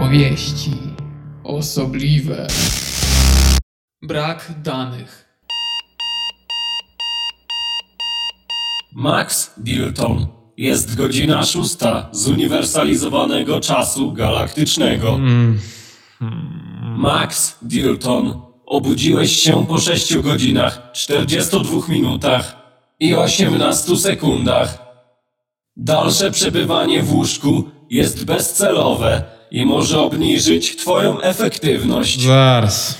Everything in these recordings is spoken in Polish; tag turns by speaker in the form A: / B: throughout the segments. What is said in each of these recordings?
A: powieści. Osobliwe. Brak danych.
B: Max Dilton. Jest godzina szósta z uniwersalizowanego czasu galaktycznego. Max Dilton. Obudziłeś się po 6 godzinach, 42 minutach i 18 sekundach. Dalsze przebywanie w łóżku jest bezcelowe i może obniżyć Twoją efektywność.
C: Zaraz.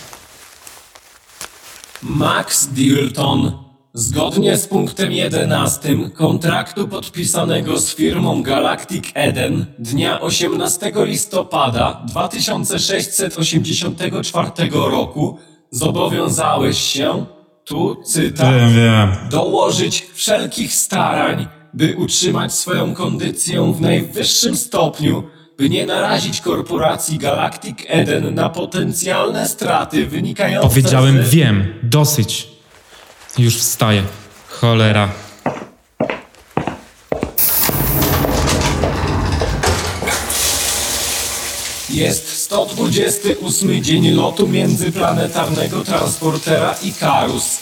B: Max Dilton. Zgodnie z punktem 11 kontraktu podpisanego z firmą Galactic Eden dnia 18 listopada 2684 roku zobowiązałeś się, tu cytat,
C: Wiem, wiem.
B: dołożyć wszelkich starań, by utrzymać swoją kondycję w najwyższym stopniu, by nie narazić korporacji Galactic Eden na potencjalne straty wynikające
C: Powiedziałem
B: z...
C: wiem. Dosyć. Już wstaję. Cholera.
B: Jest 128 dzień lotu międzyplanetarnego transportera Icarus.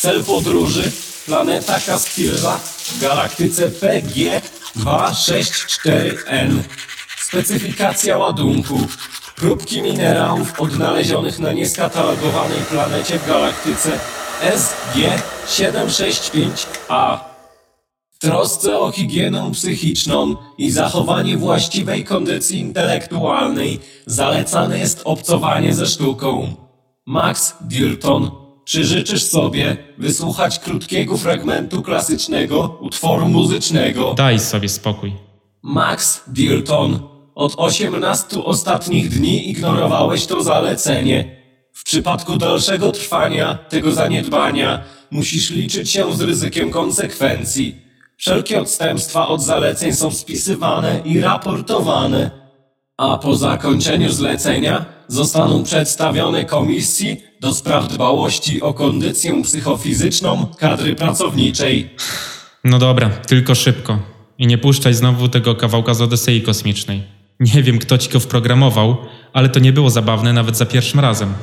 B: Cel podróży planeta Kaspirla w galaktyce PG264N. Specyfikacja ładunku. Próbki minerałów odnalezionych na nieskatalogowanej planecie w galaktyce SG765A. W trosce o higienę psychiczną i zachowanie właściwej kondycji intelektualnej zalecane jest obcowanie ze sztuką. Max Dilton, czy życzysz sobie wysłuchać krótkiego fragmentu klasycznego utworu muzycznego?
C: Daj sobie spokój.
B: Max Dilton, od 18 ostatnich dni ignorowałeś to zalecenie. W przypadku dalszego trwania tego zaniedbania musisz liczyć się z ryzykiem konsekwencji. Wszelkie odstępstwa od zaleceń są spisywane i raportowane, a po zakończeniu zlecenia zostaną przedstawione komisji do spraw dbałości o kondycję psychofizyczną kadry pracowniczej.
C: No dobra, tylko szybko. I nie puszczaj znowu tego kawałka z Odysei Kosmicznej. Nie wiem, kto ci go wprogramował, ale to nie było zabawne nawet za pierwszym razem.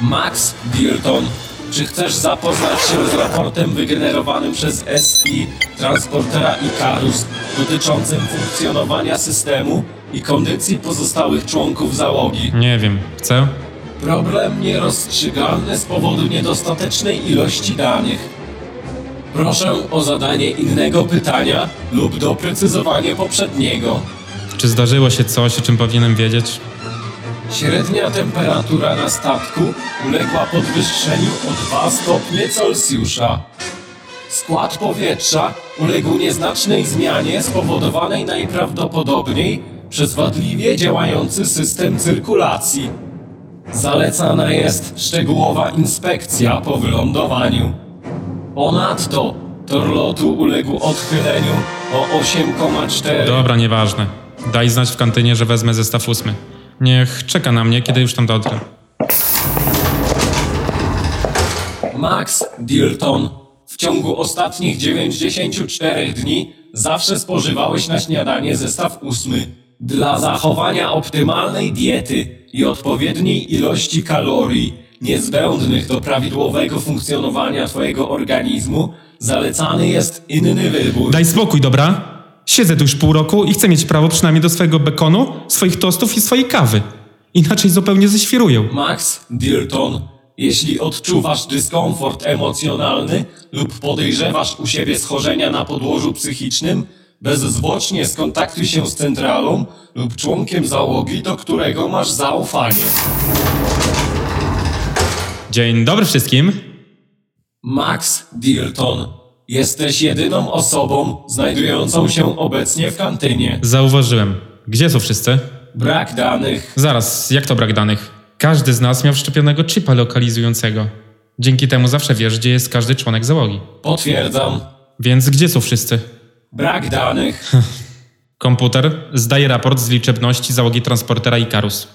B: Max Dilton, czy chcesz zapoznać się z raportem wygenerowanym przez SI transportera Icarus dotyczącym funkcjonowania systemu i kondycji pozostałych członków załogi?
C: Nie wiem, chcę?
B: Problem nierozstrzygalny z powodu niedostatecznej ilości danych. Proszę o zadanie innego pytania lub doprecyzowanie poprzedniego.
C: Czy zdarzyło się coś, o czym powinienem wiedzieć?
B: Średnia temperatura na statku uległa podwyższeniu o 2 stopnie Celsjusza. Skład powietrza uległ nieznacznej zmianie spowodowanej najprawdopodobniej przez wadliwie działający system cyrkulacji. Zalecana jest szczegółowa inspekcja po wylądowaniu. Ponadto tor lotu uległ odchyleniu o 8,4
C: Dobra, nieważne. Daj znać w kantynie, że wezmę zestaw ósmy. Niech czeka na mnie, kiedy już tam dotrę.
B: Max Dilton, w ciągu ostatnich 94 dni zawsze spożywałeś na śniadanie zestaw ósmy. Dla zachowania optymalnej diety i odpowiedniej ilości kalorii niezbędnych do prawidłowego funkcjonowania Twojego organizmu zalecany jest inny wybór.
C: Daj spokój, dobra? Siedzę tu już pół roku i chcę mieć prawo przynajmniej do swojego bekonu, swoich tostów i swojej kawy. Inaczej zupełnie zeświruję.
B: Max Dilton, jeśli odczuwasz dyskomfort emocjonalny lub podejrzewasz u siebie schorzenia na podłożu psychicznym, bezzwłocznie skontaktuj się z centralą lub członkiem załogi, do którego masz zaufanie.
C: Dzień dobry wszystkim.
B: Max Dilton, jesteś jedyną osobą znajdującą się obecnie w kantynie.
C: Zauważyłem. Gdzie są wszyscy?
B: Brak danych.
C: Zaraz, jak to brak danych? Każdy z nas miał wszczepionego chipa lokalizującego. Dzięki temu zawsze wiesz, gdzie jest każdy członek załogi.
B: Potwierdzam.
C: Więc gdzie są wszyscy?
B: Brak danych.
C: Komputer zdaje raport z liczebności załogi transportera Icarus.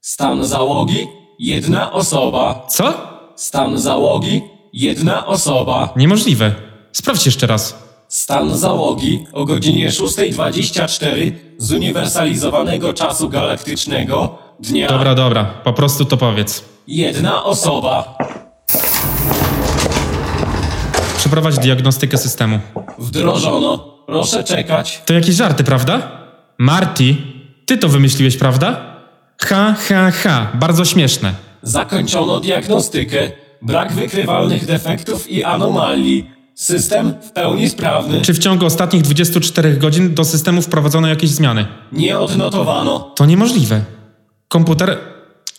B: Stan załogi. Jedna osoba.
C: Co?
B: Stan załogi. Jedna osoba.
C: Niemożliwe. Sprawdź jeszcze raz.
B: Stan załogi o godzinie 6.24 z uniwersalizowanego czasu galaktycznego dnia
C: Dobra, dobra, po prostu to powiedz.
B: jedna osoba.
C: Przeprowadź diagnostykę systemu.
B: Wdrożono. Proszę czekać.
C: To jakieś żarty, prawda? Marty, ty to wymyśliłeś, prawda? Ha, ha, ha, bardzo śmieszne.
B: Zakończono diagnostykę. Brak wykrywalnych defektów i anomalii. System w pełni sprawny.
C: Czy w ciągu ostatnich 24 godzin do systemu wprowadzono jakieś zmiany?
B: Nie odnotowano.
C: To niemożliwe. Komputer.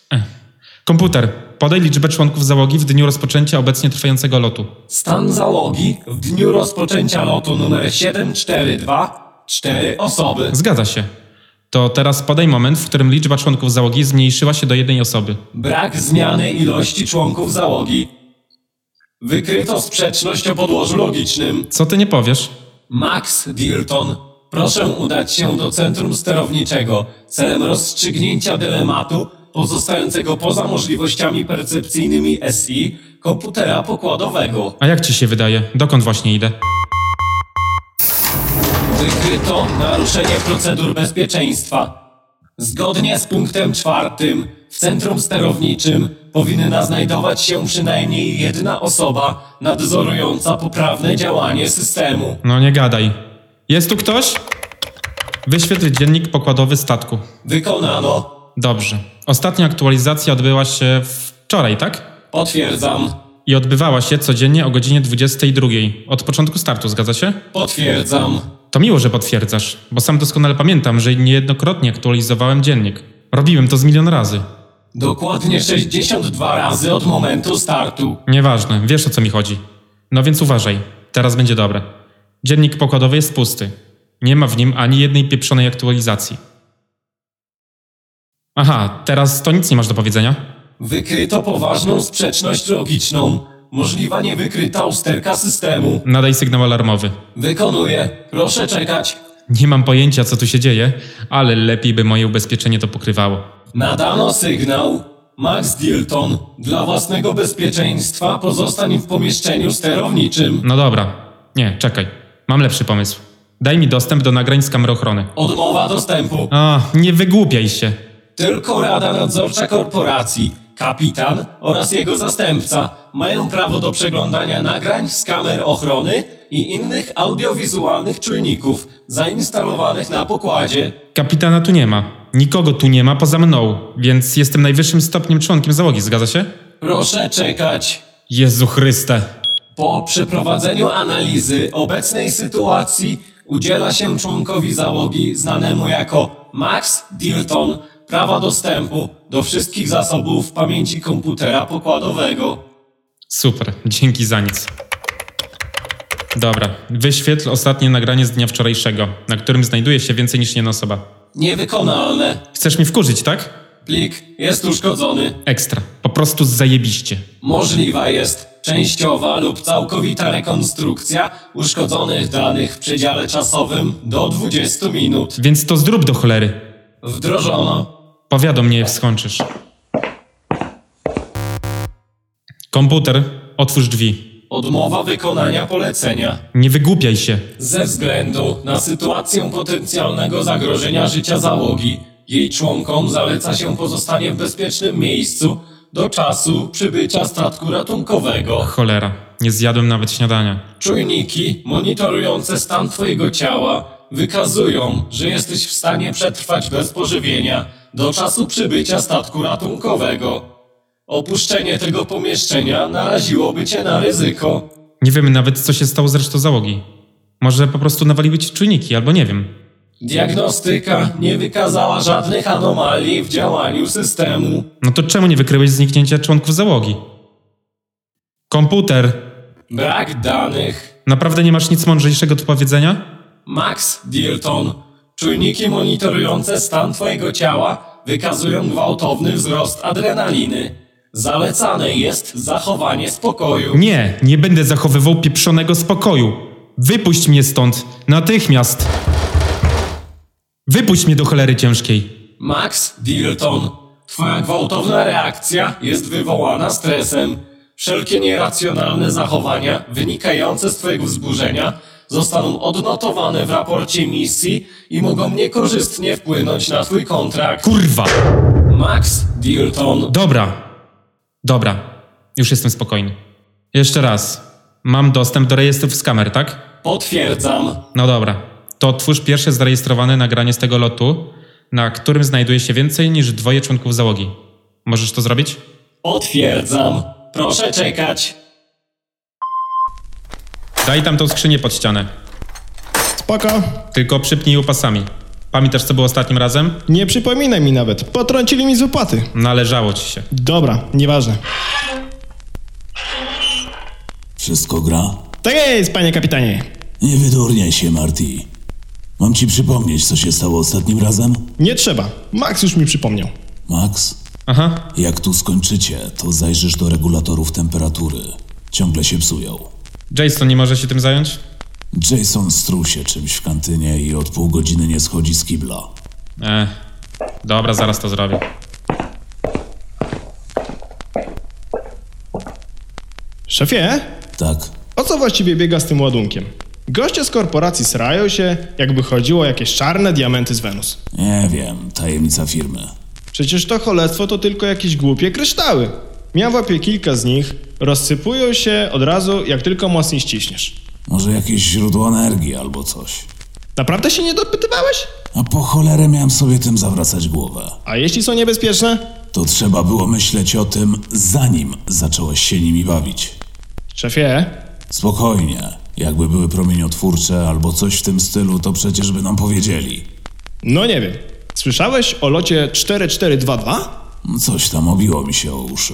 C: Ech. Komputer, podaj liczbę członków załogi w dniu rozpoczęcia obecnie trwającego lotu.
B: Stan załogi w dniu rozpoczęcia lotu numer 742. Cztery osoby.
C: Zgadza się. To teraz podaj moment, w którym liczba członków załogi zmniejszyła się do jednej osoby.
B: Brak zmiany ilości członków załogi. Wykryto sprzeczność o podłożu logicznym.
C: Co ty nie powiesz?
B: Max Dirton, proszę udać się do centrum sterowniczego celem rozstrzygnięcia dylematu pozostającego poza możliwościami percepcyjnymi SI komputera pokładowego.
C: A jak ci się wydaje? Dokąd właśnie idę?
B: Wykryto naruszenie procedur bezpieczeństwa. Zgodnie z punktem czwartym, w centrum sterowniczym powinna znajdować się przynajmniej jedna osoba nadzorująca poprawne działanie systemu.
C: No nie gadaj. Jest tu ktoś? Wyświetl dziennik pokładowy statku.
B: Wykonano.
C: Dobrze. Ostatnia aktualizacja odbyła się wczoraj, tak?
B: Potwierdzam.
C: I odbywała się codziennie o godzinie 22. Od początku startu, zgadza się?
B: Potwierdzam.
C: To miło, że potwierdzasz, bo sam doskonale pamiętam, że niejednokrotnie aktualizowałem dziennik. Robiłem to z milion razy.
B: Dokładnie 62 razy od momentu startu.
C: Nieważne, wiesz o co mi chodzi. No więc uważaj, teraz będzie dobre. Dziennik pokładowy jest pusty. Nie ma w nim ani jednej pieprzonej aktualizacji. Aha, teraz to nic nie masz do powiedzenia?
B: Wykryto poważną sprzeczność logiczną. Możliwa niewykryta usterka systemu.
C: Nadaj sygnał alarmowy.
B: Wykonuję. Proszę czekać.
C: Nie mam pojęcia, co tu się dzieje, ale lepiej by moje ubezpieczenie to pokrywało.
B: Nadano sygnał. Max Dilton, dla własnego bezpieczeństwa pozostań w pomieszczeniu sterowniczym.
C: No dobra. Nie, czekaj. Mam lepszy pomysł. Daj mi dostęp do nagrań z kamery ochrony.
B: Odmowa dostępu.
C: A, nie wygłupiaj się.
B: Tylko Rada Nadzorcza Korporacji, kapitan oraz jego zastępca mają prawo do przeglądania nagrań z kamer ochrony i innych audiowizualnych czujników zainstalowanych na pokładzie.
C: Kapitana tu nie ma. Nikogo tu nie ma poza mną, więc jestem najwyższym stopniem członkiem załogi, zgadza się?
B: Proszę czekać.
C: Jezu Chryste.
B: Po przeprowadzeniu analizy obecnej sytuacji udziela się członkowi załogi znanemu jako Max Dilton prawa dostępu do wszystkich zasobów pamięci komputera pokładowego.
C: Super, dzięki za nic. Dobra, wyświetl ostatnie nagranie z dnia wczorajszego, na którym znajduje się więcej niż jedna osoba.
B: Niewykonalne.
C: Chcesz mi wkurzyć, tak?
B: Plik jest uszkodzony.
C: Ekstra. Po prostu zajebiście.
B: Możliwa jest częściowa lub całkowita rekonstrukcja uszkodzonych danych w przedziale czasowym do 20 minut.
C: Więc to zrób do cholery.
B: Wdrożono.
C: Powiadom mnie, jak skończysz. Komputer, otwórz drzwi.
B: Odmowa wykonania polecenia.
C: Nie wygłupiaj się.
B: Ze względu na sytuację potencjalnego zagrożenia życia załogi, jej członkom zaleca się pozostanie w bezpiecznym miejscu do czasu przybycia statku ratunkowego.
C: Cholera, nie zjadłem nawet śniadania.
B: Czujniki monitorujące stan Twojego ciała wykazują, że jesteś w stanie przetrwać bez pożywienia do czasu przybycia statku ratunkowego. Opuszczenie tego pomieszczenia naraziłoby Cię na ryzyko.
C: Nie wiemy nawet, co się stało z resztą załogi. Może po prostu nawaliły ci czujniki, albo nie wiem.
B: Diagnostyka nie wykazała żadnych anomalii w działaniu systemu.
C: No to czemu nie wykryłeś zniknięcia członków załogi? Komputer,
B: Brak danych.
C: naprawdę nie masz nic mądrzejszego do powiedzenia?
B: Max Dilton. Czujniki monitorujące stan Twojego ciała wykazują gwałtowny wzrost adrenaliny. Zalecane jest zachowanie spokoju.
C: Nie, nie będę zachowywał pieprzonego spokoju. Wypuść mnie stąd, natychmiast. Wypuść mnie do cholery ciężkiej.
B: Max Dilton. Twoja gwałtowna reakcja jest wywołana stresem. Wszelkie nieracjonalne zachowania wynikające z Twojego wzburzenia zostaną odnotowane w raporcie misji i mogą niekorzystnie wpłynąć na twój kontrakt.
C: Kurwa!
B: Max Dearton
C: Dobra. Dobra. Już jestem spokojny. Jeszcze raz. Mam dostęp do rejestrów z kamer, tak?
B: Potwierdzam.
C: No dobra. To otwórz pierwsze zarejestrowane nagranie z tego lotu, na którym znajduje się więcej niż dwoje członków załogi. Możesz to zrobić?
B: Potwierdzam. Proszę czekać.
C: Daj tam tą skrzynię pod ścianę.
D: Spoko.
C: Tylko przypnij ją pasami. Pamiętasz, co było ostatnim razem?
D: Nie przypominaj mi nawet. Potrącili mi z wypłaty.
C: Należało ci się.
D: Dobra, nieważne.
E: Wszystko gra?
D: Tak jest, panie kapitanie.
E: Nie wydurniaj się, Marty. Mam ci przypomnieć, co się stało ostatnim razem?
D: Nie trzeba. Max już mi przypomniał.
E: Max,
C: Aha.
E: jak tu skończycie, to zajrzysz do regulatorów temperatury. Ciągle się psują.
C: Jason nie może się tym zająć?
E: Jason struł się czymś w kantynie i od pół godziny nie schodzi z kibla.
C: E, dobra, zaraz to zrobię.
D: Szefie,
E: Tak,
D: o co właściwie biega z tym ładunkiem? Goście z korporacji srają się, jakby chodziło o jakieś czarne diamenty z Wenus.
E: nie wiem, tajemnica firmy.
D: Przecież to cholectwo to tylko jakieś głupie kryształy. Miałem w łapie kilka z nich, rozsypują się od razu, jak tylko mocniej ściśniesz.
E: Może jakieś źródło energii albo coś.
D: Naprawdę się nie dopytywałeś?
E: A po cholerę miałem sobie tym zawracać głowę.
D: A jeśli są niebezpieczne?
E: To trzeba było myśleć o tym, zanim zacząłeś się nimi bawić.
D: Szefie,
E: Spokojnie. Jakby były promieniotwórcze albo coś w tym stylu, to przecież by nam powiedzieli.
D: no nie wiem. Słyszałeś o locie 4422?
E: Coś tam obiło mi się o uszy.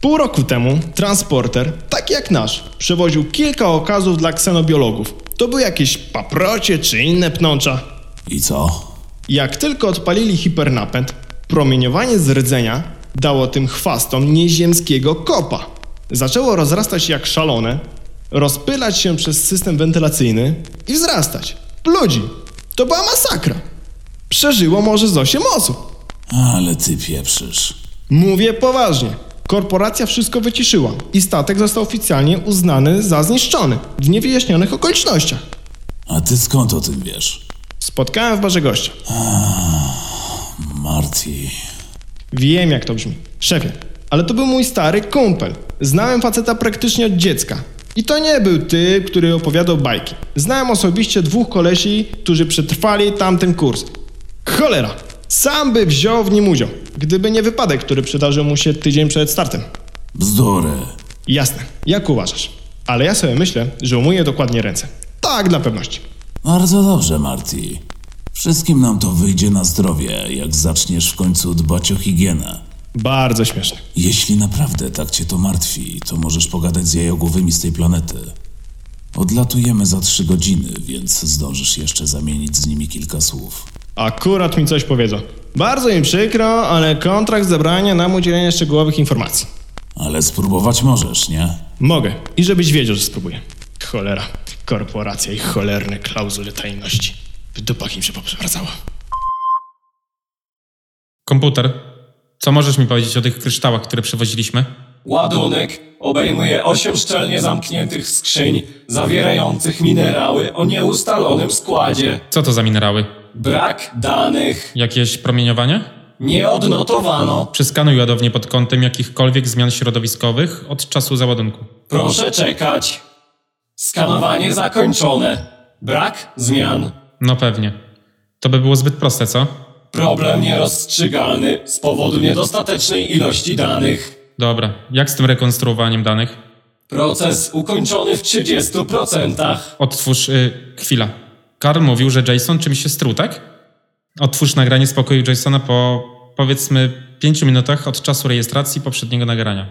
D: Pół roku temu transporter, taki jak nasz, przewoził kilka okazów dla ksenobiologów. To były jakieś paprocie czy inne pnącza.
E: I co?
D: Jak tylko odpalili hipernapęd, promieniowanie z rdzenia dało tym chwastom nieziemskiego kopa. Zaczęło rozrastać się jak szalone, rozpylać się przez system wentylacyjny i wzrastać. Ludzi! To była masakra! Przeżyło może z 8 osób.
E: Ale ty pieprzysz.
D: Mówię poważnie. Korporacja wszystko wyciszyła i statek został oficjalnie uznany za zniszczony w niewyjaśnionych okolicznościach.
E: A ty skąd o tym wiesz?
D: Spotkałem w barze gościa.
E: Marty.
D: Wiem jak to brzmi. Szefie, ale to był mój stary kumpel. Znałem faceta praktycznie od dziecka. I to nie był typ, który opowiadał bajki. Znałem osobiście dwóch kolesi, którzy przetrwali tamten kurs. Cholera! Sam by wziął w nim udział, gdyby nie wypadek, który przydarzył mu się tydzień przed startem.
E: Bzdury.
D: Jasne, jak uważasz? Ale ja sobie myślę, że umyję dokładnie ręce. Tak, dla pewności.
E: Bardzo dobrze, Marty. Wszystkim nam to wyjdzie na zdrowie, jak zaczniesz w końcu dbać o higienę.
D: Bardzo śmieszne.
E: Jeśli naprawdę tak cię to martwi, to możesz pogadać z jajogłowymi z tej planety. Odlatujemy za trzy godziny, więc zdążysz jeszcze zamienić z nimi kilka słów.
D: Akurat mi coś powiedzą. Bardzo im przykro, ale kontrakt zabrania nam udzielenia szczegółowych informacji.
E: Ale spróbować możesz, nie?
D: Mogę. I żebyś wiedział, że spróbuję. Cholera. Korporacja i cholerne klauzule tajności. W dupach im się poprzewracała.
C: Komputer, co możesz mi powiedzieć o tych kryształach, które przewoziliśmy?
B: Ładunek obejmuje 8 szczelnie zamkniętych skrzyń zawierających minerały o nieustalonym składzie.
C: Co to za minerały?
B: Brak danych
C: Jakieś promieniowanie?
B: nie odnotowano.
C: Przeskanuj ładownię pod kątem jakichkolwiek zmian środowiskowych od czasu załadunku.
B: Proszę czekać. Skanowanie zakończone. Brak zmian.
C: No pewnie. To by było zbyt proste, co?
B: Problem nierozstrzygalny z powodu niedostatecznej ilości danych.
C: Dobra, jak z tym rekonstruowaniem danych?
B: Proces ukończony w 30%.
C: Otwórz. Y, chwila. Karl mówił, że Jason czymś się struł, tak? Otwórz nagranie z pokoju Jasona po powiedzmy 5 minutach od czasu rejestracji poprzedniego nagrania.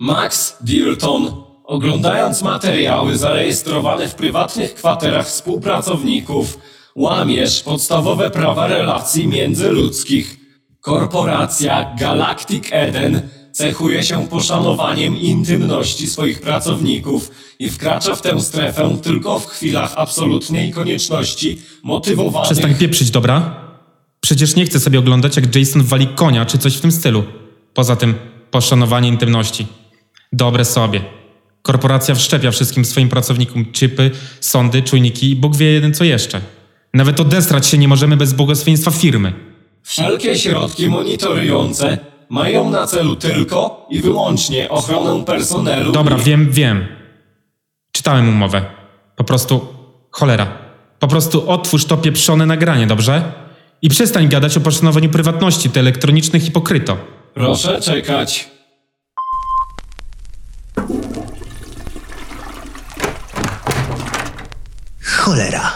B: Max Dilton, oglądając materiały zarejestrowane w prywatnych kwaterach współpracowników, łamiesz podstawowe prawa relacji międzyludzkich. Korporacja Galactic Eden cechuje się poszanowaniem intymności swoich pracowników i wkracza w tę strefę tylko w chwilach absolutnej konieczności, motywowanych...
C: Przestań pieprzyć, dobra? Przecież nie chcę sobie oglądać, jak Jason wali konia czy coś w tym stylu. Poza tym, poszanowanie intymności. Dobre sobie. Korporacja wszczepia wszystkim swoim pracownikom chipy, sondy, czujniki i Bóg wie jeden co jeszcze. Nawet odestrać się nie możemy bez błogosławieństwa firmy.
B: Wszelkie środki monitorujące mają na celu tylko i wyłącznie ochronę personelu.
C: Dobra,
B: i...
C: wiem, wiem. Czytałem umowę. Po prostu cholera. Po prostu otwórz to pieprzone nagranie, dobrze? I przestań gadać o poszanowaniu prywatności, ty elektroniczny hipokryto.
B: Proszę czekać.
F: Cholera.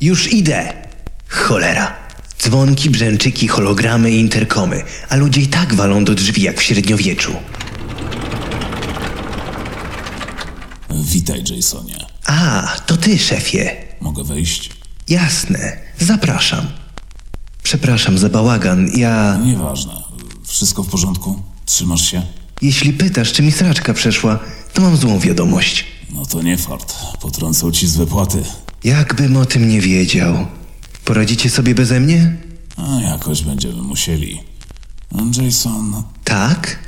F: Już idę. Cholera. Dzwonki, brzęczyki, hologramy i interkomy, a ludzie i tak walą do drzwi jak w średniowieczu.
E: Witaj, Jasonie.
F: A, to ty, szefie.
E: Mogę wejść?
F: Jasne, zapraszam. Przepraszam za bałagan. Ja.
E: Nieważne. Wszystko w porządku? Trzymasz się?
F: Jeśli pytasz, czy mi sraczka przeszła, to mam złą wiadomość.
E: No to nie fart. Potrącą ci z wypłaty.
F: Jakbym o tym nie wiedział. Poradzicie sobie beze mnie?
E: A jakoś będziemy musieli. Jason,
F: Tak?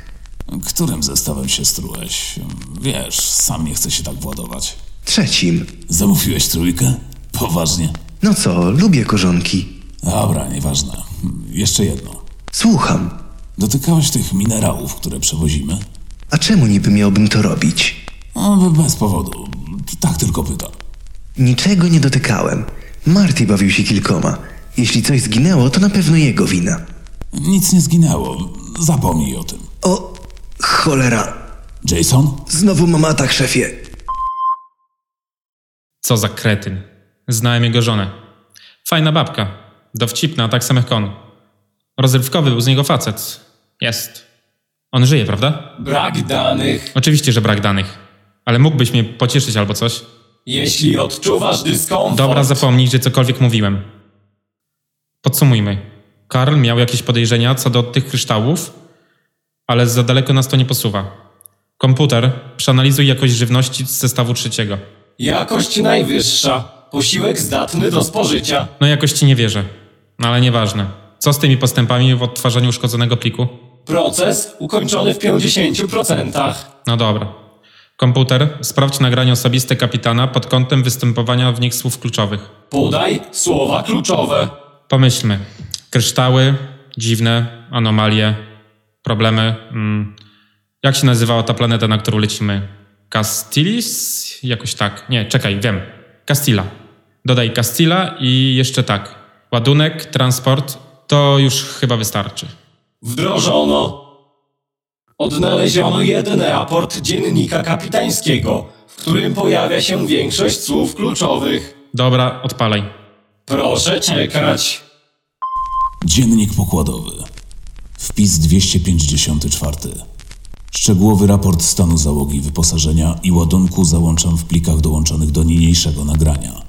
E: którym zestawem się strułeś? Wiesz, sam nie chcę się tak władować.
F: Trzecim.
E: Zamówiłeś trójkę? Poważnie?
F: No co, lubię korzonki.
E: Dobra, nieważne. Hmm, Jeszcze jedno.
F: Słucham.
E: Dotykałeś tych minerałów, które przewozimy?
F: A czemu niby miałbym to robić?
E: No, be- bez powodu. Tak tylko pytam.
F: Niczego nie dotykałem. Marty bawił się kilkoma. Jeśli coś zginęło, to na pewno jego wina.
E: Nic nie zginęło. Zapomnij o tym.
F: O, cholera.
E: Jason?
F: Znowu mam atak, szefie.
C: Co za kretyn. Znałem jego żonę. Fajna babka. Dowcipna, tak samych kon. Rozrywkowy był z niego facet. Jest. On żyje, prawda?
B: Brak danych.
C: Oczywiście, że brak danych. Ale mógłbyś mnie pocieszyć albo coś.
B: Jeśli odczuwasz dyskomfort,
C: Dobra, zapomnij, że cokolwiek mówiłem. Podsumujmy. Karl miał jakieś podejrzenia co do tych kryształów, ale za daleko nas to nie posuwa. Komputer przeanalizuj jakość żywności z zestawu trzeciego.
B: jakość najwyższa. Posiłek zdatny do spożycia.
C: No jakości nie wierzę, no ale nieważne. Co z tymi postępami w odtwarzaniu uszkodzonego pliku?
B: Proces ukończony w 50%.
C: No dobra. Komputer, sprawdź nagranie osobiste kapitana pod kątem występowania w nich słów kluczowych.
B: Podaj słowa kluczowe.
C: Pomyślmy. Kryształy, dziwne, anomalie, problemy. Mm. Jak się nazywała ta planeta, na którą lecimy? Castilis? Jakoś tak. Nie, czekaj, wiem. Castilla. Dodaj Castilla i jeszcze tak. Ładunek, transport, to już chyba wystarczy.
B: Wdrożono. Odnaleziono jeden raport dziennika kapitańskiego, w którym pojawia się większość słów kluczowych.
C: Dobra, odpalaj.
B: Proszę czekać.
E: Dziennik pokładowy. Wpis 254. Szczegółowy raport stanu załogi, wyposażenia i ładunku załączam w plikach dołączonych do niniejszego nagrania.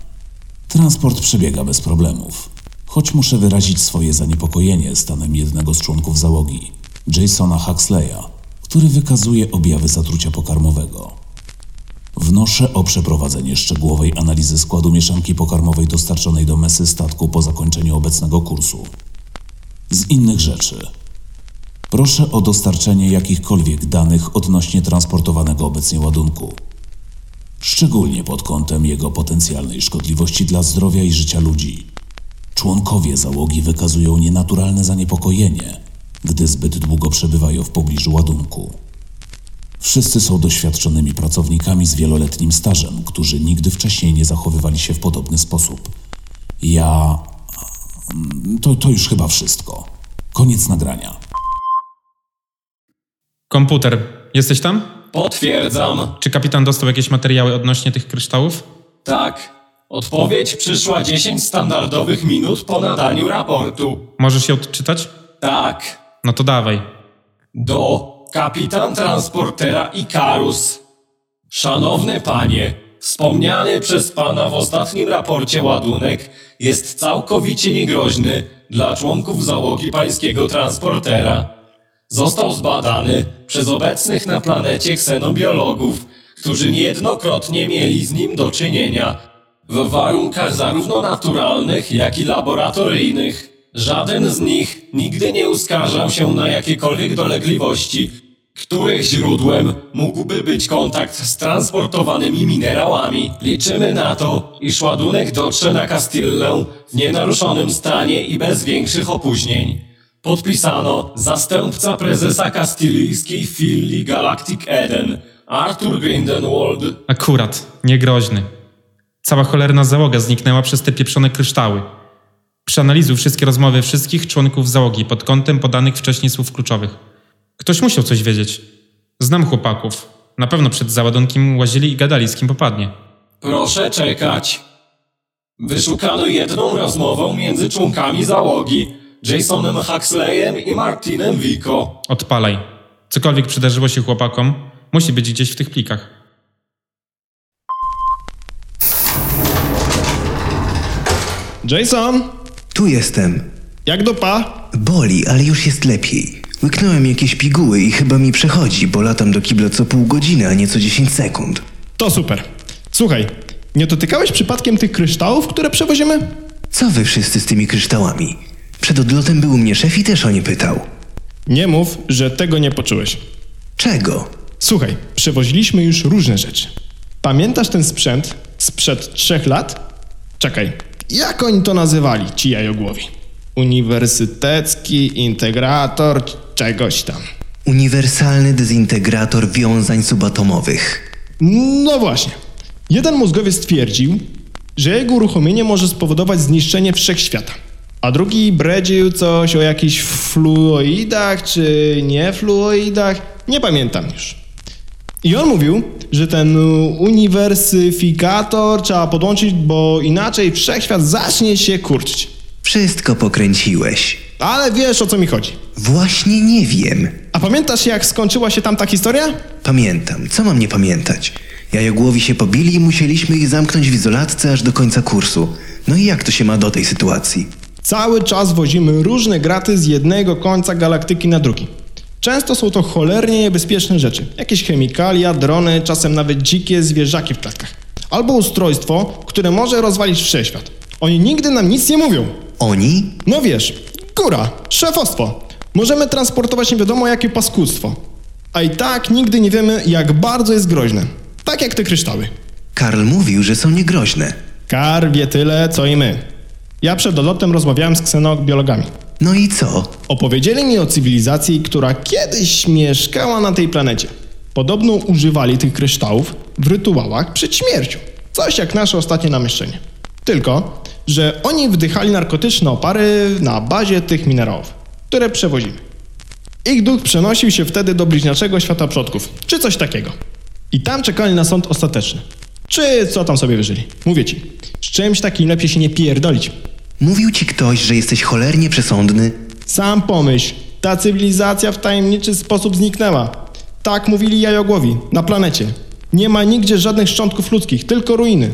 E: Transport przebiega bez problemów, choć muszę wyrazić swoje zaniepokojenie stanem jednego z członków załogi, Jasona Huxleya, który wykazuje objawy zatrucia pokarmowego. Wnoszę o przeprowadzenie szczegółowej analizy składu mieszanki pokarmowej dostarczonej do mesy statku po zakończeniu obecnego kursu. Z innych rzeczy. Proszę o dostarczenie jakichkolwiek danych odnośnie transportowanego obecnie ładunku. Szczególnie pod kątem jego potencjalnej szkodliwości dla zdrowia i życia ludzi. Członkowie załogi wykazują nienaturalne zaniepokojenie, gdy zbyt długo przebywają w pobliżu ładunku. Wszyscy są doświadczonymi pracownikami z wieloletnim stażem, którzy nigdy wcześniej nie zachowywali się w podobny sposób. Ja. To, to już chyba wszystko. Koniec nagrania.
C: Komputer, jesteś tam?
B: Potwierdzam.
C: Czy kapitan dostał jakieś materiały odnośnie tych kryształów?
B: Tak. Odpowiedź przyszła 10 standardowych minut po nadaniu raportu.
C: Możesz je odczytać?
B: Tak.
C: No to dawaj.
B: Do kapitan transportera Ikarus. Szanowny panie, wspomniany przez pana w ostatnim raporcie ładunek jest całkowicie niegroźny dla członków załogi pańskiego transportera. Został zbadany przez obecnych na planecie ksenobiologów, którzy niejednokrotnie mieli z nim do czynienia w warunkach zarówno naturalnych, jak i laboratoryjnych. Żaden z nich nigdy nie uskarżał się na jakiekolwiek dolegliwości, których źródłem mógłby być kontakt z transportowanymi minerałami. Liczymy na to, iż ładunek dotrze na Castillę w nienaruszonym stanie i bez większych opóźnień. Podpisano zastępca prezesa kastylijskiej filii Galactic Eden, Arthur Grindenwald.
C: Akurat, niegroźny. Cała cholerna załoga zniknęła przez te pieprzone kryształy. Przeanalizuj wszystkie rozmowy wszystkich członków załogi pod kątem podanych wcześniej słów kluczowych. Ktoś musiał coś wiedzieć. Znam chłopaków. Na pewno przed załadunkiem łazili i gadali z kim popadnie.
B: Proszę czekać. Wyszukano jedną rozmowę między członkami załogi, Jasonem Huxleyem i Martinem Vico.
C: Odpalaj. Cokolwiek przydarzyło się chłopakom, musi być gdzieś w tych plikach.
D: Jason,
F: Tu jestem.
D: jak dopa?
F: Boli, ale już jest lepiej. Łyknąłem jakieś piguły i chyba mi przechodzi, bo latam do kibla co pół godziny, a nie co 10 sekund.
D: To super. Słuchaj, nie dotykałeś przypadkiem tych kryształów, które przewozimy?
F: Co wy wszyscy z tymi kryształami? Przed odlotem był u mnie szef i też o nie pytał.
D: Nie mów, że tego nie poczułeś.
F: Czego?
D: Słuchaj, przewoziliśmy już różne rzeczy. Pamiętasz ten sprzęt sprzed trzech lat? Czekaj, jak oni to nazywali, ci jajogłowi? Uniwersytecki integrator czegoś tam.
F: Uniwersalny dezintegrator wiązań subatomowych.
D: No właśnie. Jeden mózgowiec twierdził, że jego uruchomienie może spowodować zniszczenie wszechświata. A drugi bredził coś o jakichś fluoidach czy niefluoidach. Nie pamiętam już. I on mówił, że ten y, uniwersyfikator trzeba podłączyć, bo inaczej wszechświat zacznie się kurczyć.
F: Wszystko pokręciłeś.
D: Ale wiesz o co mi chodzi.
F: Właśnie nie wiem.
D: A pamiętasz jak skończyła się tamta historia?
F: Pamiętam, co mam nie pamiętać? Jajogłowi się pobili i musieliśmy ich zamknąć w izolatce aż do końca kursu. No i jak to się ma do tej sytuacji?
D: Cały czas wozimy różne graty z jednego końca galaktyki na drugi. Często są to cholernie niebezpieczne rzeczy. Jakieś chemikalia, drony, czasem nawet dzikie zwierzaki w klatkach. Albo ustrojstwo, które może rozwalić wszechświat. Oni nigdy nam nic nie mówią.
F: Oni?
D: No wiesz, góra, szefostwo. Możemy transportować nie wiadomo jakie paskudstwo. A i tak nigdy nie wiemy, jak bardzo jest groźne. Tak jak te kryształy.
F: Karl mówił, że są niegroźne.
D: Kar wie tyle, co i my. Ja przed odlotem rozmawiałem z ksenobiologami.
F: No i co?
D: Opowiedzieli mi o cywilizacji, która kiedyś mieszkała na tej planecie. Podobno używali tych kryształów w rytuałach przed śmiercią. Coś jak nasze ostatnie namieszczenie. Tylko, że oni wdychali narkotyczne opary na bazie tych minerałów, które przewozimy. Ich duch przenosił się wtedy do bliźniaczego świata przodków, czy coś takiego. I tam czekali na sąd ostateczny. Czy co tam sobie wyżyli? Mówię ci, z czymś takim lepiej się nie pierdolić.
F: Mówił ci ktoś, że jesteś cholernie przesądny?
D: Sam pomyśl, ta cywilizacja w tajemniczy sposób zniknęła. Tak mówili jajogłowi, na planecie. Nie ma nigdzie żadnych szczątków ludzkich, tylko ruiny.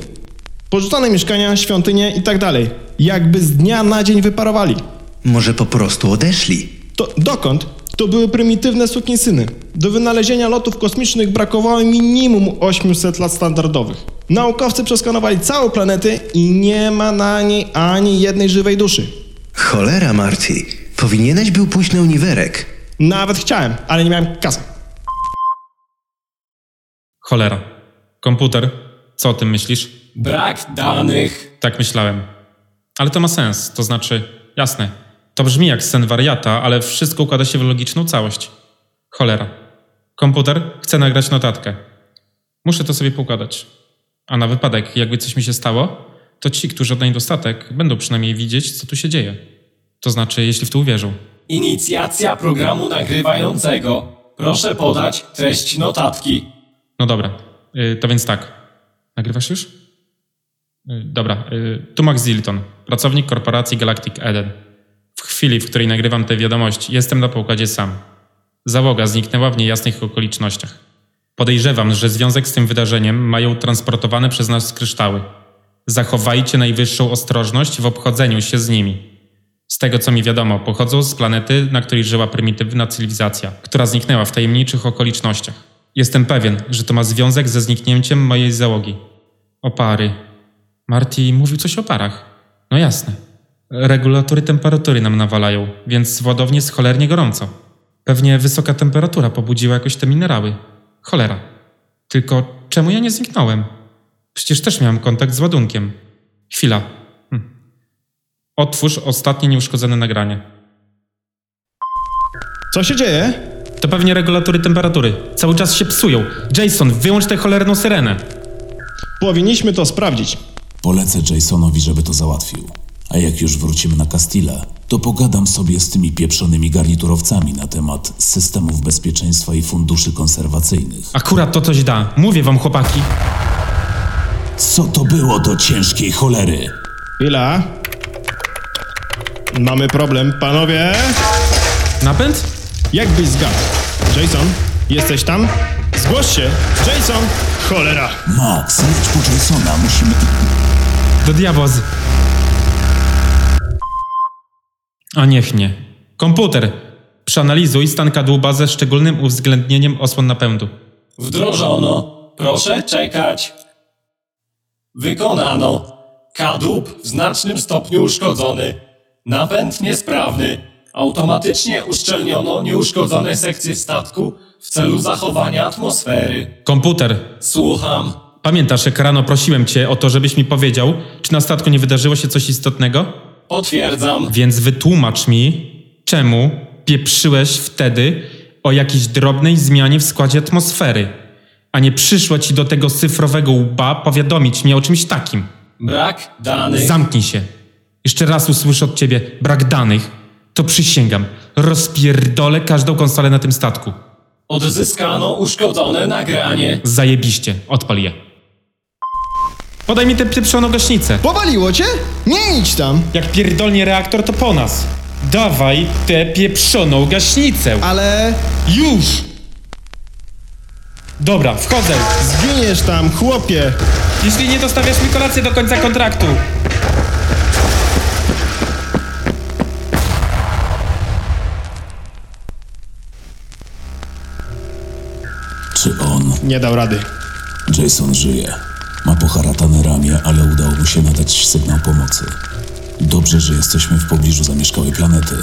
D: Porzucone mieszkania, świątynie i tak dalej. Jakby z dnia na dzień wyparowali.
F: Może po prostu odeszli?
D: To dokąd? To były prymitywne sukinsyny. Do wynalezienia lotów kosmicznych brakowało minimum 800 lat standardowych. Naukowcy przeskanowali całą planetę i nie ma na niej ani jednej żywej duszy.
F: Cholera, Marty. Powinieneś był pójść na uniwerek.
D: Nawet chciałem, ale nie miałem kasy.
C: Cholera. Komputer, co o tym myślisz?
B: Brak danych.
C: Tak myślałem. Ale to ma sens, to znaczy, jasne. To brzmi jak sen wariata, ale wszystko układa się w logiczną całość. Cholera. Komputer chce nagrać notatkę. Muszę to sobie poukładać. A na wypadek, jakby coś mi się stało, to ci, którzy oddają dostatek, będą przynajmniej widzieć, co tu się dzieje. To znaczy, jeśli w to uwierzą.
B: Inicjacja programu nagrywającego. Proszę podać treść notatki.
C: No dobra, y, to więc tak. Nagrywasz już? Y, Dobra, y, tu Max Zilton, pracownik korporacji Galactic Eden. W chwili, w której nagrywam tę wiadomość, jestem na pokładzie sam. Załoga zniknęła w niejasnych okolicznościach. Podejrzewam, że związek z tym wydarzeniem mają transportowane przez nas kryształy. Zachowajcie najwyższą ostrożność w obchodzeniu się z nimi. Z tego co mi wiadomo, pochodzą z planety, na której żyła prymitywna cywilizacja, która zniknęła w tajemniczych okolicznościach. Jestem pewien, że to ma związek ze zniknięciem mojej załogi. Opary. Marty mówił coś o parach. No jasne. Regulatory temperatury nam nawalają, więc ładownie jest cholernie gorąco. Pewnie wysoka temperatura pobudziła jakoś te minerały. Cholera. Tylko czemu ja nie zniknąłem? Przecież też miałem kontakt z ładunkiem. Chwila. Hm. Otwórz ostatnie nieuszkodzone nagranie.
D: Co się dzieje?
C: To pewnie regulatory temperatury. Cały czas się psują. Jason, wyłącz tę cholerną syrenę.
D: Powinniśmy to sprawdzić.
E: Polecę Jasonowi, żeby to załatwił. A jak już wrócimy na Castilla, to pogadam sobie z tymi pieprzonymi garniturowcami na temat systemów bezpieczeństwa i funduszy konserwacyjnych.
C: Akurat to coś da. Mówię wam, chłopaki.
E: Co to było do ciężkiej cholery?
D: Chwila. Mamy problem, panowie.
C: Napęd?
D: Jakbyś zgadł. Jason, jesteś tam? Zgłoś się. Jason! Cholera.
E: Max, leć po Jasona, musimy...
C: Do diabła z... A niech nie. Komputer. Przeanalizuj stan kadłuba ze szczególnym uwzględnieniem osłon napędu.
B: Wdrożono. Proszę czekać. Wykonano. Kadłub w znacznym stopniu uszkodzony. Napęd niesprawny. Automatycznie uszczelniono nieuszkodzone sekcje w statku w celu zachowania atmosfery.
C: Komputer.
B: Słucham.
C: Pamiętasz, jak rano prosiłem cię o to, żebyś mi powiedział, czy na statku nie wydarzyło się coś istotnego?
B: Potwierdzam.
C: Więc wytłumacz mi, czemu pieprzyłeś wtedy o jakiejś drobnej zmianie w składzie atmosfery, a nie przyszło ci do tego cyfrowego łba powiadomić mnie o czymś takim.
B: Brak danych.
C: Zamknij się. Jeszcze raz usłyszę od ciebie brak danych, to przysięgam, rozpierdolę każdą konsolę na tym statku.
B: Odzyskano uszkodzone nagranie.
C: Zajebiście, odpal je. Podaj mi tę pieprzoną gaśnicę.
D: Powaliło cię? Nie idź tam.
C: Jak pierdolnie reaktor, to po nas. Dawaj tę pieprzoną gaśnicę.
D: Ale
C: Już! Dobra, wchodzę.
D: zginiesz tam, chłopie.
C: Jeśli nie dostawiasz mi kolacji do końca kontraktu.
E: Czy on,
D: Nie dał rady.
E: Jason, żyje? Ma poharatane ramię, ale udało mu się nadać sygnał pomocy. Dobrze, że jesteśmy w pobliżu zamieszkałej planety.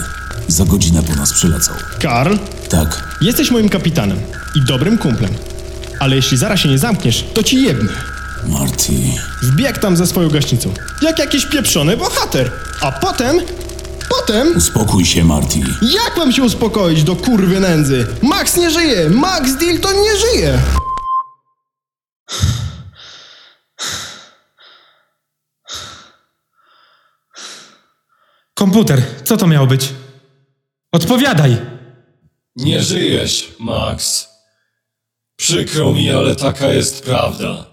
E: Za godzinę po nas przylecą.
D: Karl,
E: Tak,
D: jesteś moim kapitanem i dobrym kumplem. Ale jeśli zaraz się nie zamkniesz, to ci jebnę.
E: Marty...
D: Wbieg tam ze swoją gaśnicą. Jak jakiś pieprzony bohater. A potem... Potem...
E: Uspokój się, Marty.
D: Jak mam się uspokoić do kurwy nędzy? Max nie żyje! Max Dilton nie żyje!
C: Komputer, co to miało być? Odpowiadaj!
B: Nie żyjesz, Max. Przykro mi, ale taka jest prawda.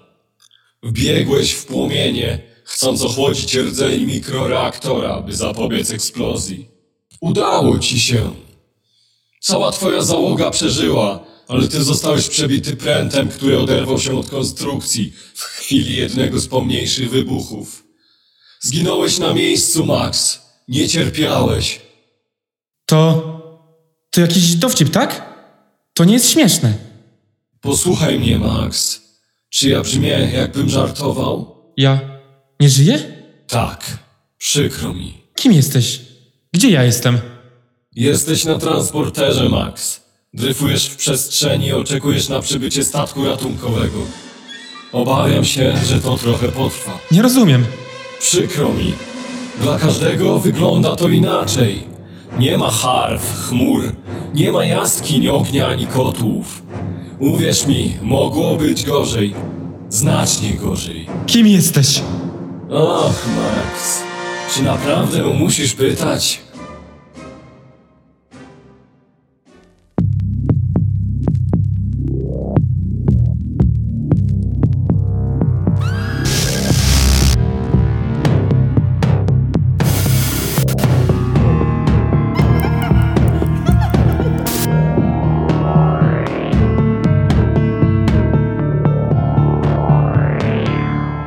B: Wbiegłeś w płomienie, chcąc ochłodzić rdzeń mikroreaktora, by zapobiec eksplozji. Udało ci się. Cała twoja załoga przeżyła, ale ty zostałeś przebity prętem, który oderwał się od konstrukcji w chwili jednego z pomniejszych wybuchów. Zginąłeś na miejscu, Max. Nie cierpiałeś.
C: To. To jakiś dowcip, tak? To nie jest śmieszne.
B: Posłuchaj mnie, Max. Czy ja brzmię, jakbym żartował?
C: Ja. Nie żyję?
B: Tak, przykro mi.
C: Kim jesteś? Gdzie ja jestem?
B: Jesteś na transporterze, Max. Dryfujesz w przestrzeni i oczekujesz na przybycie statku ratunkowego. Obawiam się, że to trochę potrwa.
C: Nie rozumiem.
B: Przykro mi. Dla każdego wygląda to inaczej. Nie ma harf, chmur, nie ma jaskiń, ognia ani kotłów. Uwierz mi, mogło być gorzej. Znacznie gorzej.
C: Kim jesteś?
B: Och, Max, czy naprawdę musisz pytać?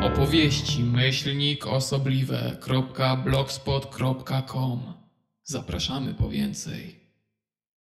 A: Opowieści myślnik osobliwe.blogspot.com Zapraszamy po więcej.